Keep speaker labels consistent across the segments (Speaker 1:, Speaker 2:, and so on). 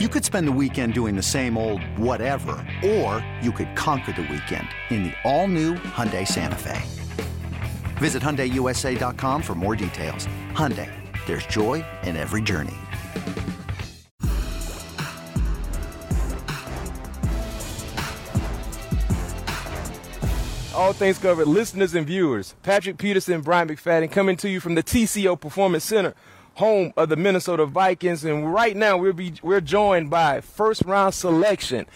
Speaker 1: You could spend the weekend doing the same old whatever, or you could conquer the weekend in the all-new Hyundai Santa Fe. Visit HyundaiUSA.com for more details. Hyundai, there's joy in every journey.
Speaker 2: All things covered, listeners and viewers. Patrick Peterson, Brian McFadden coming to you from the TCO Performance Center, home of the Minnesota Vikings. And right now we'll be we're joined by first round selection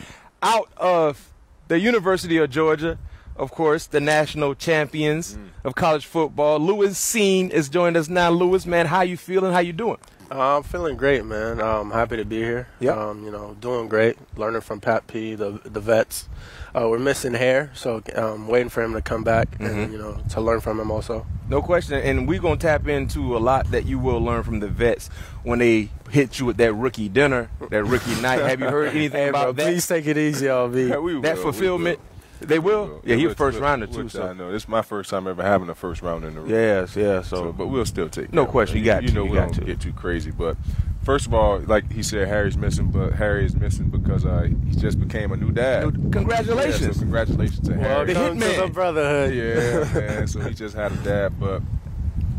Speaker 2: out of the University of Georgia, of course, the national champions of college football. Lewis Seen is joined us now. Lewis, man, how you feeling? How you doing?
Speaker 3: Uh, I'm feeling great, man. I'm happy to be here.
Speaker 2: Yep.
Speaker 3: Um, you know, doing great. Learning from Pat P, the the vets. Uh, we're missing hair, so um, waiting for him to come back and you know to learn from him also.
Speaker 2: No question. And we're going to tap into a lot that you will learn from the vets when they hit you with that rookie dinner, that rookie night. Have you heard anything
Speaker 3: Hey, bro,
Speaker 2: about that?
Speaker 3: please take it easy, all V.
Speaker 4: we will,
Speaker 2: that
Speaker 4: we
Speaker 2: fulfillment? They will? Yeah, he was first rounder,
Speaker 4: we'll-
Speaker 2: too.
Speaker 4: I
Speaker 2: So.
Speaker 4: know. This is my first time ever having a first round in the room.
Speaker 2: Yes, yeah.
Speaker 4: So,
Speaker 2: So,
Speaker 4: but we'll still take.
Speaker 2: No
Speaker 4: that.
Speaker 2: question, you got
Speaker 4: You
Speaker 2: to,
Speaker 4: know
Speaker 2: you
Speaker 4: we
Speaker 2: got
Speaker 4: don't
Speaker 2: to.
Speaker 4: get too crazy, but first of all, like he said, Harry's missing, but Harry is missing because uh, he just became a new dad.
Speaker 2: Congratulations.
Speaker 4: Yeah, so congratulations to Harry.
Speaker 2: The
Speaker 3: Welcome to
Speaker 2: hitman.
Speaker 3: the brotherhood.
Speaker 4: Yeah, man. So he just had a dad. But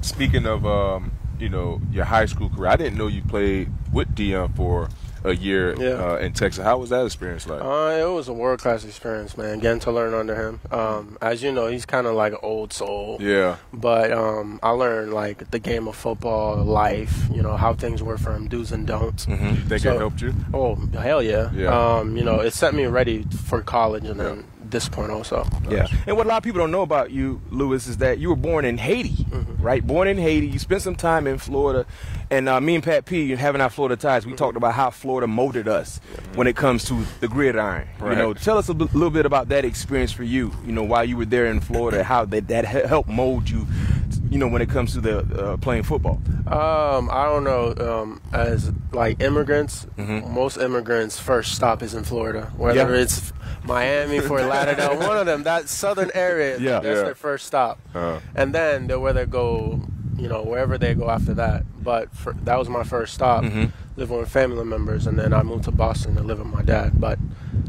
Speaker 4: speaking of, um, you know, your high school career, I didn't know you played with Dion for a year
Speaker 3: Yeah.
Speaker 4: uh, in Texas. How was that experience like?
Speaker 3: Uh, it was a world class experience, man. Getting to learn under him. Um, as you know, he's kind of like an old soul.
Speaker 4: yeah,
Speaker 3: But um, I learned like the game of football, life. You know how things work for him, do's and don'ts.
Speaker 2: Mm-hmm.
Speaker 4: you think
Speaker 3: So-
Speaker 4: it helped you?
Speaker 3: Oh hell yeah!
Speaker 4: Yeah.
Speaker 3: Um, you know, it set me ready for college and then this point also.
Speaker 2: yeah. And what a lot of people don't know about you, Lewis, is that you were born in Haiti, right? Born in Haiti. You spent some time in Florida. And uh, me and Pat P, having our Florida ties, we talked about how Florida molded us when it comes to the gridiron. You
Speaker 4: Right.
Speaker 2: know, tell us a b- little bit about that experience for you, you know, while you were there in Florida, how that, that he- helped mold you, you know, when it comes to the uh, playing football.
Speaker 3: Um, I don't know. Um, as like immigrants, most immigrants' first stop is in Florida, whether
Speaker 2: Mm-hmm. Yeah.
Speaker 3: it's Miami, Fort Lauderdale, one of them that southern area.
Speaker 2: Yeah. Uh.
Speaker 3: that's
Speaker 4: Yeah.
Speaker 3: their first stop,
Speaker 4: Uh-huh.
Speaker 3: and then they where they go, you know, wherever they go after that. But for, that was my first stop,
Speaker 2: Mm-hmm.
Speaker 3: living with family members, and then I moved to Boston to live with my dad. But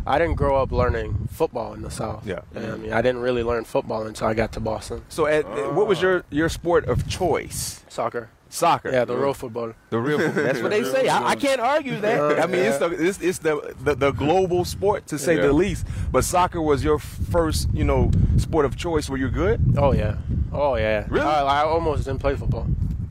Speaker 3: I didn't grow up learning football in the South.
Speaker 2: Yeah.
Speaker 3: I mean, I didn't really learn football until I got to Boston.
Speaker 2: So, at, what was your, your sport of choice?
Speaker 3: Soccer,
Speaker 2: Soccer.
Speaker 3: yeah, the real football.
Speaker 2: The real football. That's what they say. I, I can't argue that. I mean, it's the it's, it's the, the the global sport to say
Speaker 4: Yeah.
Speaker 2: the least. But soccer was your first, you know, sport of choice. Were you good?
Speaker 3: Oh yeah. Oh yeah.
Speaker 2: Really?
Speaker 3: I, I almost didn't play football,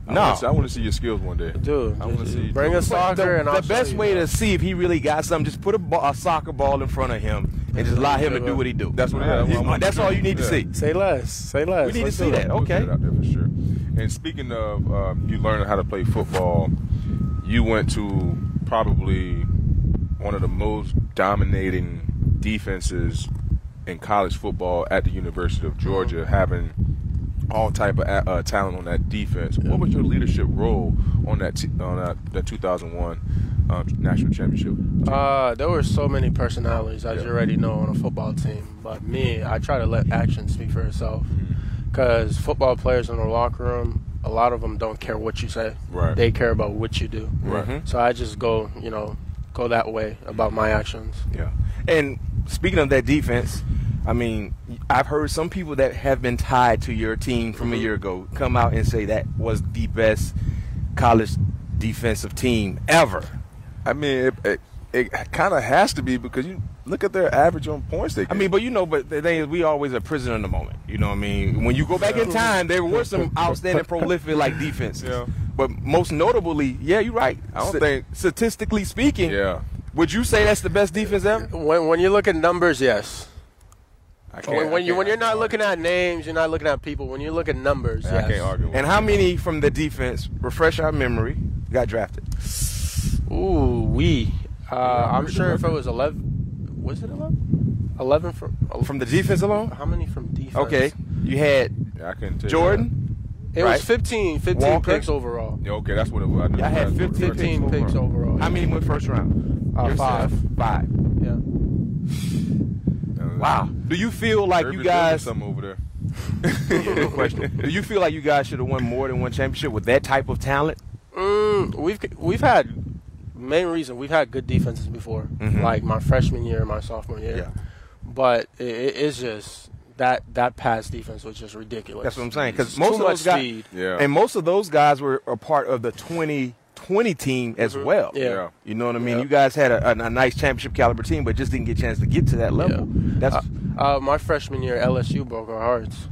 Speaker 2: No.
Speaker 4: I wanna see- I want to see your skills one day.
Speaker 3: dude.
Speaker 4: I wanna
Speaker 3: just
Speaker 4: see you
Speaker 3: bring
Speaker 4: do
Speaker 3: us soccer
Speaker 2: the
Speaker 3: and I'll
Speaker 2: the best
Speaker 3: show you,
Speaker 2: way
Speaker 3: man.
Speaker 2: to see if he really got something, just put a, ball, a soccer ball in front of him and just allow him to do what he do.
Speaker 4: That's what- yeah,
Speaker 2: He-
Speaker 4: I wanna
Speaker 2: that's
Speaker 4: do.
Speaker 2: all you need to
Speaker 4: Yeah.
Speaker 2: see.
Speaker 3: say less. Say less.
Speaker 2: We need
Speaker 3: Let's
Speaker 2: to
Speaker 3: do
Speaker 2: see
Speaker 3: it.
Speaker 2: that.
Speaker 4: We'll get
Speaker 2: Okay.
Speaker 4: it out there for sure. And speaking of um, you learning how to play football, you went to probably one of the most dominating defenses in college football at the University of Georgia, having all type of a- uh, talent on that defense. What was your leadership role on that t- on that, that 2001 um, national championship?
Speaker 3: Uh, there were so many personalities, as
Speaker 4: Yeah.
Speaker 3: you already know, on a football team. But me, I try to let action speak for itself.
Speaker 2: Mm-hmm.
Speaker 3: Because football players in the locker room, a lot of them don't care what you say.
Speaker 4: Right.
Speaker 3: They care about what you do. Mm-hmm.
Speaker 4: Right. Mhm.
Speaker 3: So I just go, you know, go that way about my actions.
Speaker 2: Yeah. And speaking of that defense, I mean, I've heard some people that have been tied to your team from a year ago come out and say that was the best college defensive team ever.
Speaker 4: I mean, it, it, it kind of has to be because you look at their average on points they
Speaker 2: I mean, but you know, but the thing is, we always a prisoner in the moment. You know what I mean? When you go back in time, there were some outstanding, prolific like defenses.
Speaker 4: Yeah.
Speaker 2: But most notably, yeah, you're right.
Speaker 4: I don't
Speaker 2: Sta-
Speaker 4: think-
Speaker 2: statistically speaking,
Speaker 4: Yeah.
Speaker 2: would you say that's the best defense ever?
Speaker 3: When when you look at numbers, yes.
Speaker 4: I can't-
Speaker 3: When,
Speaker 4: I
Speaker 3: when you
Speaker 4: can't-
Speaker 3: when you're
Speaker 4: I
Speaker 3: not
Speaker 4: can't
Speaker 3: looking at names, you're not looking at people. When you look at numbers,
Speaker 4: argue. I
Speaker 3: yes.
Speaker 4: can't argue. with
Speaker 2: And
Speaker 4: that.
Speaker 2: how many from the defense, refresh our memory, got drafted?
Speaker 3: Ooh, we. Uh, I'm
Speaker 4: pretty
Speaker 3: sure if it
Speaker 4: record.
Speaker 3: was 11, was it 11? 11 from
Speaker 2: From the defense alone?
Speaker 3: How many from defense?
Speaker 2: Okay. You had
Speaker 4: Yeah, I couldn't tell you
Speaker 2: Jordan.
Speaker 3: it
Speaker 2: right.
Speaker 3: was 15. 15
Speaker 2: Walker.
Speaker 3: picks overall.
Speaker 4: that. Yeah, okay, that's what it was. knew
Speaker 2: I had
Speaker 4: that's what it was.
Speaker 3: 15 picks overall.
Speaker 2: How many went first round?
Speaker 3: Uh,
Speaker 2: Yourself. Five.
Speaker 3: Yeah.
Speaker 2: Wow. Do you feel like
Speaker 4: Urban
Speaker 2: you
Speaker 4: Jordan
Speaker 2: guys?
Speaker 4: something over there.
Speaker 2: Yeah, good question. Do you feel like you guys should have won more than one championship with that type of talent?
Speaker 3: Mm, we've we've had main reason we've had good defenses before,
Speaker 2: Mm-hmm.
Speaker 3: like my freshman year, my sophomore year.
Speaker 4: Yeah.
Speaker 3: But it, it's just that that pass defense was just ridiculous.
Speaker 2: That's what I'm saying. Because
Speaker 3: It's
Speaker 2: most
Speaker 3: too
Speaker 2: of
Speaker 3: much
Speaker 2: those guys,
Speaker 3: speed.
Speaker 4: Yeah.
Speaker 2: and most of those guys were a part of the 2020 team as well.
Speaker 3: Mm-hmm. Yeah.
Speaker 4: Yeah.
Speaker 2: You know what I mean?
Speaker 3: Yeah.
Speaker 2: You guys had a, a, a nice championship caliber team, but just didn't get a chance to get to that level. That's
Speaker 3: Uh, my freshman year, LSU broke our hearts.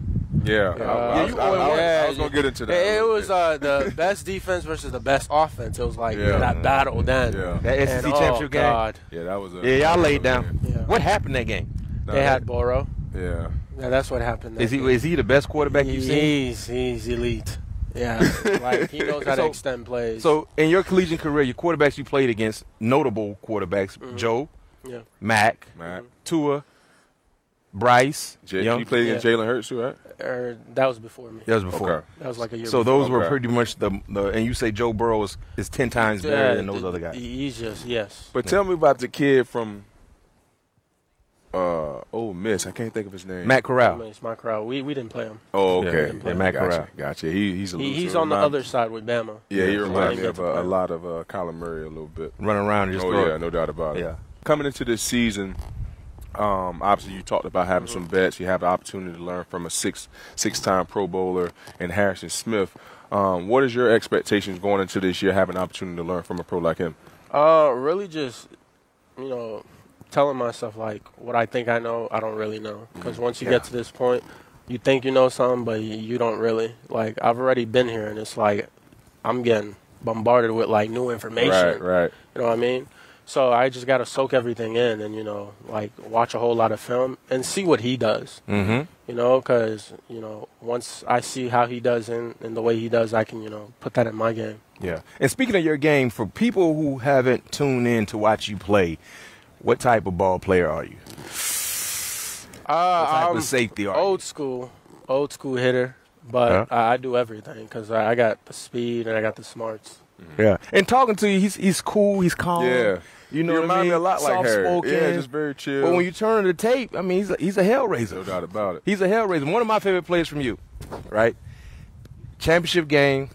Speaker 4: Yeah, I- I,
Speaker 3: Uh,
Speaker 4: was- I- I was-
Speaker 3: yeah,
Speaker 4: I was gonna get into that.
Speaker 3: It,
Speaker 4: a
Speaker 3: it
Speaker 4: little
Speaker 3: was
Speaker 4: bit.
Speaker 3: uh, the best defense versus the best offense. It was like
Speaker 4: Yeah.
Speaker 3: that battle then.
Speaker 4: Yeah.
Speaker 2: That SEC
Speaker 3: And,
Speaker 2: E
Speaker 3: oh,
Speaker 2: championship game.
Speaker 3: God.
Speaker 4: yeah, that was. A,
Speaker 2: yeah, y'all laid
Speaker 4: that was
Speaker 2: down.
Speaker 4: it.
Speaker 3: Yeah.
Speaker 2: What happened that game?
Speaker 4: No,
Speaker 3: They had
Speaker 4: that-
Speaker 3: Boro.
Speaker 4: Yeah,
Speaker 3: Yeah, that's what happened. that
Speaker 2: Is he
Speaker 3: game.
Speaker 2: is he the best quarterback you've seen?
Speaker 3: He's he's elite. Yeah, like he knows how to
Speaker 2: So-
Speaker 3: extend plays.
Speaker 2: So in your collegiate career, your quarterbacks you played against, notable quarterbacks,
Speaker 3: Mm-hmm.
Speaker 2: Joe,
Speaker 3: yeah,
Speaker 2: Mac,
Speaker 4: Matt.
Speaker 3: Mm-hmm.
Speaker 2: Tua, Bryce,
Speaker 4: J-
Speaker 2: Young.
Speaker 4: you played against
Speaker 3: Yeah.
Speaker 4: Jalen Hurts too, right?
Speaker 3: or Er, that was before me.
Speaker 2: that was before.
Speaker 4: Okay.
Speaker 3: That was like a year.
Speaker 2: So those were
Speaker 4: Okay.
Speaker 2: pretty much the, the and you say Joe Burrow is, is ten times
Speaker 3: before.
Speaker 2: better
Speaker 3: Yeah,
Speaker 2: than those
Speaker 3: the-
Speaker 2: other guys.
Speaker 3: He's just yes.
Speaker 4: But tell me about the kid from uh Ole Miss. I can't think of his name.
Speaker 2: Matt
Speaker 3: I mean,
Speaker 2: Corral.
Speaker 3: it's my crowd. We we didn't play him.
Speaker 4: Oh,
Speaker 2: Yeah,
Speaker 4: okay.
Speaker 2: yeah, Matt
Speaker 4: gotcha,
Speaker 2: Corral.
Speaker 4: Gotcha. He, he's a
Speaker 3: He,
Speaker 4: little-
Speaker 3: he's
Speaker 4: so
Speaker 3: on the
Speaker 4: remind-
Speaker 3: other side with Bama.
Speaker 4: Yeah, he
Speaker 3: So
Speaker 4: reminds
Speaker 3: didn't
Speaker 4: me
Speaker 3: get
Speaker 4: of
Speaker 3: to
Speaker 4: uh,
Speaker 3: play.
Speaker 4: a lot of uh, Kyler Murray a little bit.
Speaker 2: Run around and just
Speaker 4: Oh
Speaker 2: throw
Speaker 4: yeah,
Speaker 2: it.
Speaker 4: no doubt about it.
Speaker 2: Yeah.
Speaker 4: Coming into this season, um, obviously you talked about having some vets. You have the opportunity to learn from a six six time Pro Bowler and Harrison Smith. Um, what is your expectations going into this year? Having an opportunity to learn from a pro like him.
Speaker 3: Uh, really just, you know, telling myself like what I think I know, I don't really know.
Speaker 4: Mm-hmm.
Speaker 3: Because once you
Speaker 2: Yeah.
Speaker 3: get to this point, you think you know something, but you, you don't really. Like I've already been here, and it's like I'm getting bombarded with like new information.
Speaker 4: Right, right.
Speaker 3: You know what I mean? So I just gotta soak everything in, and you know, like watch a whole lot of film and see what he does.
Speaker 2: Mm-hmm.
Speaker 3: You know, because you know, once I see how he does and and the way he does, I can you know put that in my game.
Speaker 2: Yeah. And speaking of your game, for people who haven't tuned in to watch you play, what type of ball player are you? What
Speaker 3: Uh,
Speaker 2: type
Speaker 4: Um,
Speaker 2: of safety are
Speaker 4: oh.
Speaker 3: old school, old school hitter, but
Speaker 2: Huh?
Speaker 3: I, I do everything because I, I got the speed and I got the smarts.
Speaker 2: you? Yeah. And talking to you, he's he's cool, he's calm.
Speaker 4: Yeah.
Speaker 2: You know what
Speaker 4: You
Speaker 2: I
Speaker 4: remind
Speaker 2: mean?
Speaker 4: me a lot like Harry.
Speaker 2: Soft-spoken.
Speaker 4: Yeah, just very chill.
Speaker 2: But when you turn the tape, I mean, he's a, he's a hellraiser.
Speaker 4: No doubt about it.
Speaker 2: He's a hellraiser. One of my favorite plays from you, right? Championship game.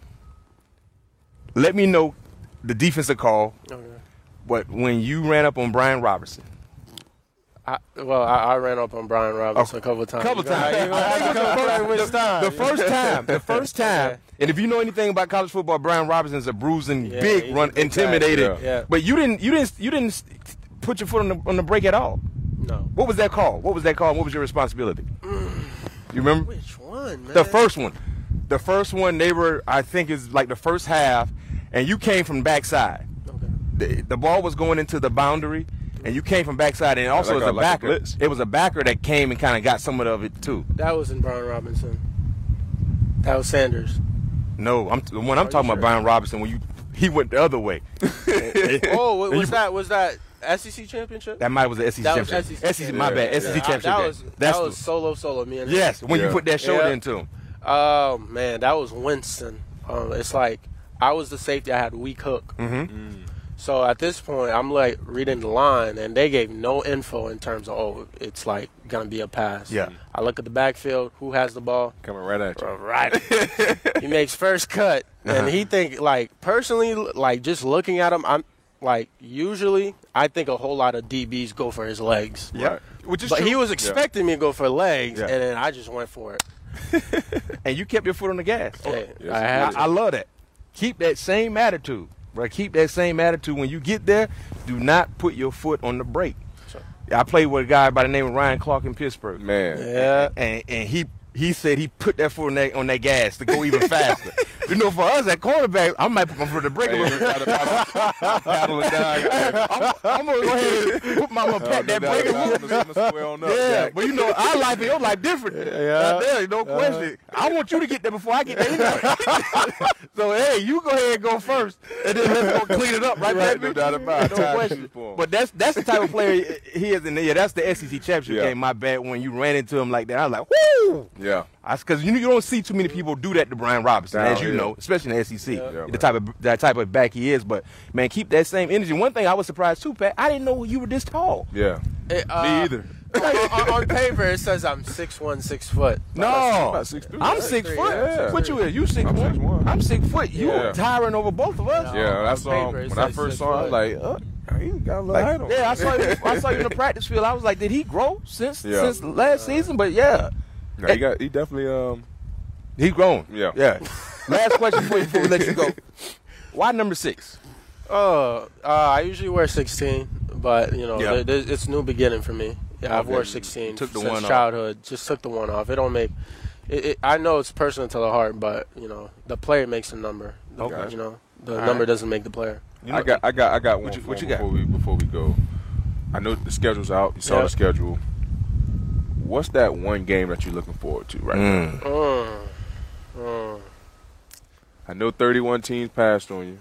Speaker 2: Let me know the defensive call,
Speaker 3: Okay.
Speaker 2: but when you ran up on Brian Robertson,
Speaker 3: I, well, I, I ran up on Brian Roberts a couple times.
Speaker 2: Oh. couple
Speaker 3: You gonna-
Speaker 2: times.
Speaker 3: you gonna have to come back with
Speaker 2: the
Speaker 3: Stein.
Speaker 2: first time, the first time,
Speaker 3: Okay.
Speaker 2: and if you know anything about college football, Brian Robertson is a bruising,
Speaker 3: Yeah, he's
Speaker 2: big
Speaker 3: a
Speaker 2: run,
Speaker 3: big guy.
Speaker 2: intimidating.
Speaker 4: Yeah.
Speaker 3: Yeah.
Speaker 2: But you didn't, you didn't, you didn't put your foot on the on the brake at all.
Speaker 3: No.
Speaker 2: What was that call? What was that call? What was your responsibility? You remember?
Speaker 3: Which one, man?
Speaker 2: The first one. The first one, they were, I think, is like the first half, and you came from backside.
Speaker 3: Okay.
Speaker 2: The, the ball was going into the boundary, and you came from backside, and also
Speaker 4: like
Speaker 2: it was
Speaker 4: a-
Speaker 2: a
Speaker 4: like a
Speaker 2: backer.
Speaker 4: blitz.
Speaker 2: it was a backer that came and kind of got some of it too.
Speaker 3: That was in Brian Robinson. That was Sanders.
Speaker 2: No, I'm the one I'm talking
Speaker 3: sure?
Speaker 2: about, Brian Robinson. When you he went the other way.
Speaker 3: Oh,
Speaker 2: And
Speaker 3: what
Speaker 2: you-
Speaker 3: was that? Was that SEC championship?
Speaker 2: That might was the SEC
Speaker 3: That was
Speaker 2: championship. E
Speaker 3: SEC.
Speaker 2: my bad.
Speaker 3: Yeah,
Speaker 2: SEC
Speaker 3: I-
Speaker 2: championship.
Speaker 3: That
Speaker 2: game.
Speaker 3: was
Speaker 2: That's
Speaker 3: that was
Speaker 2: the-
Speaker 3: solo solo. Me and
Speaker 2: yes. When you
Speaker 4: Yeah.
Speaker 2: put that shoulder
Speaker 3: Yeah.
Speaker 2: into him.
Speaker 3: Oh man, that was Winston. Um, it's like I was the safety. I had weak hook.
Speaker 2: Mm-hmm.
Speaker 3: So at this point, I'm like reading the line, and they gave no info in terms of oh, it's like gonna be a pass.
Speaker 2: Yeah.
Speaker 3: I look at the backfield. Who has the ball?
Speaker 4: Coming right at you.
Speaker 3: Bro, Right. he makes first cut,
Speaker 2: Uh-huh.
Speaker 3: and he think like personally, like just looking at him, I'm like usually I think a whole lot of DBs go for his legs.
Speaker 4: Yeah.
Speaker 2: Which is
Speaker 3: But he
Speaker 2: true.
Speaker 3: was expecting me to go for legs,
Speaker 2: Yeah.
Speaker 3: and then I just went for it.
Speaker 2: and you kept your foot on the gas.
Speaker 3: Hey,
Speaker 4: yes,
Speaker 3: I
Speaker 4: he
Speaker 3: had
Speaker 4: did.
Speaker 3: to.
Speaker 2: I, I love that. Keep that same attitude, bro. Keep that same attitude when you get there. Do not put your foot on the brake.
Speaker 3: Sure.
Speaker 2: I played with a guy by the name of Ryan Clark in Pittsburgh,
Speaker 4: Man,
Speaker 3: Yeah.
Speaker 2: and and he he said he put that foot on that, on that gas to go even faster. you know, for us at quarterback, I might put my foot on the brake. a
Speaker 4: Hey,
Speaker 2: little bit.
Speaker 4: gotta battle- battle a guy.
Speaker 2: I'm, I'm gonna go ahead and put my I'm gonna
Speaker 4: Oh,
Speaker 2: pat that brake. a little- Yeah, but you know, our life and your life different. Yeah, there, no question. I want you to get there before I get there. anyway. so hey, you go ahead and go first, and then let's go clean it up right,
Speaker 4: Right,
Speaker 2: there.
Speaker 4: no doubt about it.
Speaker 2: No
Speaker 4: Time
Speaker 2: question.
Speaker 4: shoot for him.
Speaker 2: But that's that's the type of player he is in there. Yeah, that's the SEC championship
Speaker 4: Yeah.
Speaker 2: game. My bad when you ran into him like that. I was like, whoo.
Speaker 4: Yeah.
Speaker 2: That's because you you don't see too many people do that to Brian Robinson,
Speaker 4: No,
Speaker 2: as you
Speaker 4: yeah.
Speaker 2: know, especially in the SEC.
Speaker 4: Yeah,
Speaker 2: the
Speaker 4: man.
Speaker 2: type of that type of back he is, but man, keep that same energy. One thing I was surprised too, Pat, I didn't know you were this tall.
Speaker 4: Yeah.
Speaker 3: It, uh,
Speaker 4: Me either.
Speaker 3: on, on paper, it says I'm six one, six foot.
Speaker 2: No,
Speaker 4: About six feet.
Speaker 2: I'm
Speaker 4: That's
Speaker 2: six
Speaker 3: three,
Speaker 2: foot.
Speaker 3: yeah,
Speaker 4: six
Speaker 2: What
Speaker 4: three.
Speaker 2: you is? You six
Speaker 4: I'm
Speaker 2: one?
Speaker 4: 6'1".
Speaker 2: I'm six foot. You
Speaker 4: Yeah.
Speaker 2: towering over both of us.
Speaker 3: Yeah,
Speaker 4: Yeah,
Speaker 3: on
Speaker 4: I saw
Speaker 3: paper,
Speaker 4: him.
Speaker 3: it's
Speaker 4: When I
Speaker 3: like
Speaker 4: first
Speaker 3: six
Speaker 4: saw him,
Speaker 3: foot.
Speaker 4: like, uh, he got a little height on
Speaker 2: Yeah, I
Speaker 4: him.
Speaker 2: saw you. I saw you in the practice field. I was like, did he grow since
Speaker 4: Yeah.
Speaker 2: since last season? But yeah,
Speaker 4: Nah, he got. He definitely. Um.
Speaker 2: he grown.
Speaker 4: Yeah.
Speaker 2: yeah. last question for you before we let you go. Why number six?
Speaker 3: Oh, uh, I usually wear 16, but you know,
Speaker 2: Yeah.
Speaker 3: there, there's, it's new beginning for me. Yeah, I've
Speaker 4: Okay,
Speaker 3: worn
Speaker 4: you
Speaker 3: 16
Speaker 2: took the
Speaker 3: since
Speaker 2: one off.
Speaker 3: childhood. Just took the one off. It don't make. It, it, I know it's personal to the heart, but you know, the player makes the number. The-
Speaker 4: Okay.
Speaker 3: You know, the
Speaker 2: All
Speaker 3: number
Speaker 2: right.
Speaker 3: doesn't make the player.
Speaker 4: I got. I got. I got one.
Speaker 2: What you-
Speaker 4: for
Speaker 2: what
Speaker 4: him
Speaker 2: you got?
Speaker 4: Before we before we go, I know the schedule's out. You saw
Speaker 3: Yeah.
Speaker 4: the schedule. What's that one game that you're looking forward to right now?
Speaker 3: Mm. Mm.
Speaker 4: I know 31 teams passed on you.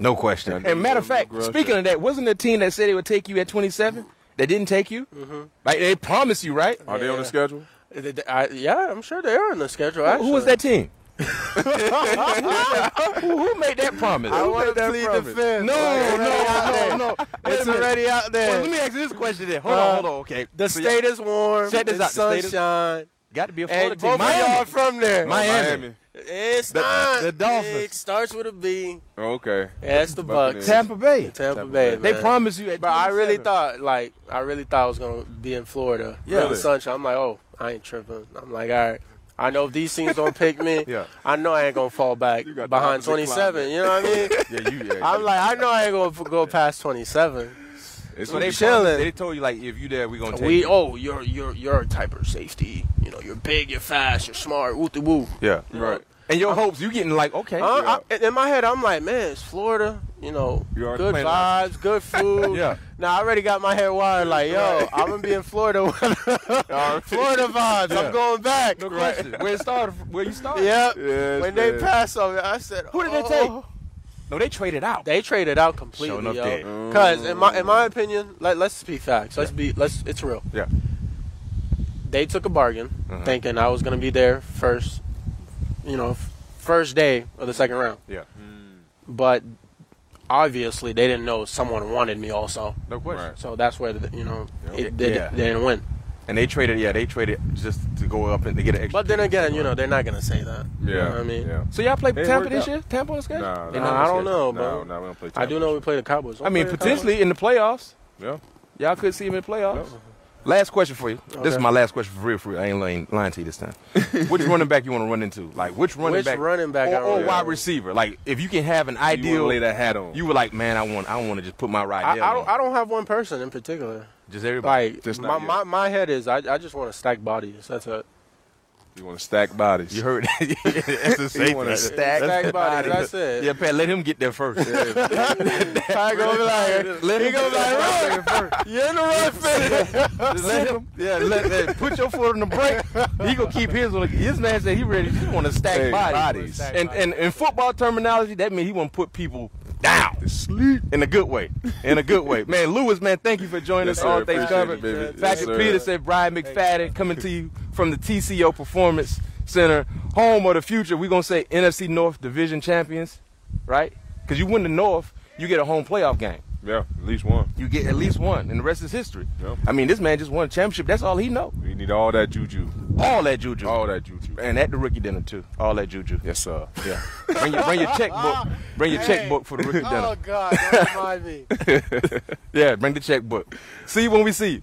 Speaker 2: No question. And matter of fact,
Speaker 4: Gross.
Speaker 2: speaking of that, wasn't the team that said they would take you at 27 that didn't take you? Mm-hmm. Like they promised you, right?
Speaker 4: Are they on
Speaker 3: Yeah.
Speaker 4: the schedule?
Speaker 3: Th- th- I, yeah, I'm sure they are on the schedule.
Speaker 2: Who- Who was that
Speaker 3: actually.
Speaker 2: team? who, who made that promise?
Speaker 5: I
Speaker 2: Who
Speaker 5: want to
Speaker 2: made that
Speaker 5: plead
Speaker 2: promise?
Speaker 5: the fifth.
Speaker 2: No,
Speaker 5: It's already out
Speaker 2: no, no,
Speaker 5: there.
Speaker 2: no. Wait a
Speaker 5: It's
Speaker 2: minute.
Speaker 5: already out
Speaker 2: Well,
Speaker 5: there.
Speaker 2: let me ask you this question then. Hold on, hold on. Okay.
Speaker 3: The
Speaker 2: So
Speaker 3: state is warm.
Speaker 2: Check this
Speaker 3: it's
Speaker 2: out, the state is-
Speaker 3: sunshine.
Speaker 2: y'all got to be a Florida
Speaker 3: and
Speaker 2: team.
Speaker 3: both of y'all are
Speaker 2: Miami.
Speaker 3: from there.
Speaker 2: Miami.
Speaker 3: It's
Speaker 2: The-
Speaker 3: not.
Speaker 2: the Dolphins.
Speaker 3: It starts with a B.
Speaker 4: Oh, okay.
Speaker 3: Yeah, it's the Bucks.
Speaker 4: Buccaneers.
Speaker 2: Tampa Bay.
Speaker 3: Tampa
Speaker 4: Tampa
Speaker 3: Bay.
Speaker 4: Bay.
Speaker 2: They
Speaker 3: man.
Speaker 2: promised you at
Speaker 3: But I really
Speaker 2: 27.
Speaker 3: thought, like, I really thought I was gonna be in Florida.
Speaker 2: Yeah.
Speaker 3: Yeah, the sunshine. I'm like, oh, I ain't tripping. I'm like, all right. I know if these teams don't pick me,
Speaker 4: Yeah.
Speaker 3: I know I ain't gonna fall back
Speaker 4: You got the
Speaker 3: behind
Speaker 4: opposite
Speaker 3: 27.
Speaker 4: climate.
Speaker 3: You know what I mean?
Speaker 4: Yeah, you. Yeah,
Speaker 3: I'm like, I know I ain't gonna f- go past 27.
Speaker 4: it's
Speaker 2: So
Speaker 4: gonna
Speaker 2: they
Speaker 4: be
Speaker 3: chilling.
Speaker 2: promised- They told you like if you there, we gonna take
Speaker 3: We
Speaker 2: you.
Speaker 3: oh, you're you're you're a type of safety. You know, you're big, you're fast, you're smart. Woo the woo.
Speaker 2: Yeah.
Speaker 4: Right.
Speaker 2: And your hopes, you getting like okay.
Speaker 3: Uh, I, in my head, I'm like, man, it's Florida. You know,
Speaker 4: You already
Speaker 3: good
Speaker 4: playing
Speaker 3: vibes, good food.
Speaker 2: Yeah.
Speaker 3: Now I already got my hair wired. Like, yo, I'm gonna be in Florida. Florida vibes. I'm going back.
Speaker 2: no question. Where it started? Where you started?
Speaker 3: Yep.
Speaker 4: Yes,
Speaker 3: when they
Speaker 4: man.
Speaker 3: passed on me, I said,
Speaker 2: Who did they
Speaker 3: oh.
Speaker 2: take? No, they traded out.
Speaker 3: They traded out completely,
Speaker 2: Showing up
Speaker 3: yo.
Speaker 2: dead. Mm.
Speaker 3: Cause in my in my opinion, let, let's speak facts. Let's be let's. It's real.
Speaker 4: Yeah.
Speaker 3: They took a bargain,
Speaker 2: Uh-huh.
Speaker 3: thinking I was gonna be there first. You know, f- first day of the second round.
Speaker 4: Yeah.
Speaker 3: but obviously they didn't know someone wanted me also.
Speaker 2: no question.
Speaker 4: Right.
Speaker 3: So that's where the, you know it, they,
Speaker 5: Yeah.
Speaker 3: they didn't win.
Speaker 5: And they traded, yeah, they traded just to go up and to get an extra.
Speaker 3: But then again, you know they're not gonna say that.
Speaker 4: Yeah.
Speaker 3: You know what I mean,
Speaker 4: Yeah.
Speaker 2: So y'all play
Speaker 4: It
Speaker 2: Tampa
Speaker 4: worked
Speaker 2: this
Speaker 4: out.
Speaker 2: year? Tampa on the schedule?
Speaker 4: Nah,
Speaker 2: They
Speaker 4: nah,
Speaker 2: not on the
Speaker 3: I
Speaker 2: schedule.
Speaker 3: don't know,
Speaker 4: No,
Speaker 3: bro.
Speaker 4: no, we don't play.
Speaker 3: I do know we play the Cowboys. Don't
Speaker 2: I mean,
Speaker 3: play the
Speaker 2: potentially in the playoffs.
Speaker 4: Yeah.
Speaker 2: Y'all could see him in the playoffs. Last question for you. This is
Speaker 3: Okay.
Speaker 2: my last question for real, for real. I ain't lying, lying to you this time. which running back you want to run into? Like which running
Speaker 3: Which
Speaker 2: back?
Speaker 3: running back I
Speaker 2: or, or
Speaker 3: wanna
Speaker 2: wide
Speaker 3: run-
Speaker 2: receiver? Like if you can have an
Speaker 4: I do
Speaker 2: ideal,
Speaker 4: lay that hat on.
Speaker 2: you were like, man, I want, I want to just put my right.
Speaker 3: Cowboys. I, I don't. I don't have one person in particular.
Speaker 2: Just everybody.
Speaker 3: Like
Speaker 4: Just
Speaker 3: my,
Speaker 4: not
Speaker 3: my
Speaker 4: yet.
Speaker 3: my head is I, I just want to stack bodies. That's it.
Speaker 4: You want to stack bodies.
Speaker 2: you heard? it. That's the
Speaker 4: You
Speaker 2: same
Speaker 4: want to
Speaker 2: thing.
Speaker 4: stack.
Speaker 3: Stack bodies. That's it.
Speaker 2: Yeah, Pat, let him get there first.
Speaker 3: I go be like,
Speaker 2: Let him
Speaker 3: he gonna be like,
Speaker 2: get there first.
Speaker 3: you're in the right fit.
Speaker 2: Just let him. Yeah, let, let- put your foot on the brake. He gonna keep his. on the- His man said he ready. He want to stack
Speaker 4: Hey,
Speaker 2: bodies.
Speaker 4: bodies.
Speaker 2: And and in football terminology, that means he want to put people down. Sleep. In a good way. In a good way. Man, Lewis, man, thank you for joining
Speaker 4: Yes,
Speaker 2: us on
Speaker 4: sir.
Speaker 2: Things
Speaker 4: Appreciate
Speaker 2: Covered.
Speaker 4: it, baby. Yes,
Speaker 2: Patrick
Speaker 4: sir.
Speaker 2: Peters and Brian McFadden coming to you from the TCO Performance Center, home of the future. We're gonna say NFC North Division champions, right? Because you win the North, you get a home playoff game
Speaker 4: Yeah, at least one.
Speaker 2: you get at least one, and the rest is history.
Speaker 4: Yep.
Speaker 2: I mean, this man just won a championship. That's all he know.
Speaker 4: We need all that juju.
Speaker 2: All that juju.
Speaker 4: All that juju.
Speaker 2: And at the rookie dinner too. All that juju.
Speaker 4: Yes, sir.
Speaker 2: Yeah. bring your bring your checkbook. Bring your
Speaker 3: Hey.
Speaker 2: checkbook for the rookie dinner.
Speaker 3: Oh God, that remind me.
Speaker 2: Yeah, bring the checkbook. See you when we see you.